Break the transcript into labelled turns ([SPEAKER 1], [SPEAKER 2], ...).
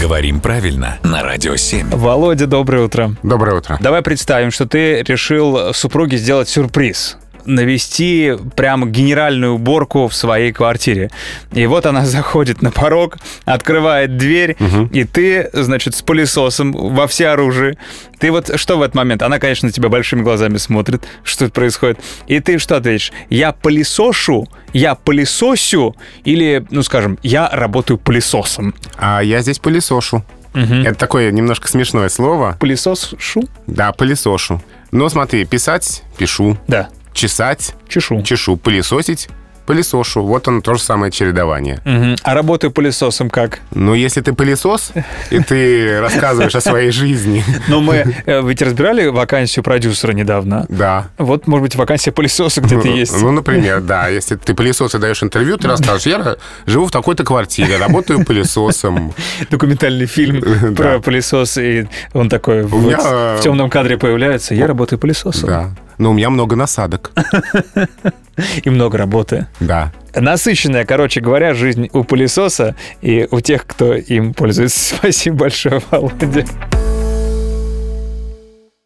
[SPEAKER 1] Говорим правильно на Радио 7.
[SPEAKER 2] Володя, доброе утро.
[SPEAKER 3] Доброе утро.
[SPEAKER 2] Давай представим, что ты решил супруге сделать сюрприз навести прямо генеральную уборку в своей квартире. И вот она заходит на порог, открывает дверь, и ты, значит, с пылесосом во все оружие. Ты вот что в этот момент? Она, конечно, на тебя большими глазами смотрит, что тут происходит. И ты что ответишь? Я пылесошу, я пылесосю, или, ну, скажем, я работаю пылесосом.
[SPEAKER 3] А я здесь пылесошу. Это такое немножко смешное слово.
[SPEAKER 2] Пылесос шу?
[SPEAKER 3] Да, пылесошу. Но смотри, писать — пишу,
[SPEAKER 2] Да,
[SPEAKER 3] чесать
[SPEAKER 2] чешу.
[SPEAKER 3] — чешу, пылесосить — пылесошу. Вот оно то же самое чередование.
[SPEAKER 2] Мгм. А работаю пылесосом как?
[SPEAKER 3] Но если ты пылесос, и ты рассказываешь о своей жизни,
[SPEAKER 2] Но мы э, ведь разбирали вакансию продюсера недавно.
[SPEAKER 3] да.
[SPEAKER 2] Вот, может быть, вакансия пылесоса где-то
[SPEAKER 3] Ну,
[SPEAKER 2] есть.
[SPEAKER 3] Ну, например, да. Если ты пылесос и даешь интервью, ты расскажешь, я живу в такой-то квартире, работаю пылесосом.
[SPEAKER 2] Документальный фильм про пылесос, и он такой в,
[SPEAKER 3] меня, э,
[SPEAKER 2] в темном кадре появляется. Я работаю пылесосом.
[SPEAKER 3] Да. Но у меня много насадок.
[SPEAKER 2] И много работы.
[SPEAKER 3] Да.
[SPEAKER 2] Насыщенная, короче говоря, жизнь у пылесоса и у тех, кто им пользуется. Спасибо большое, Володя.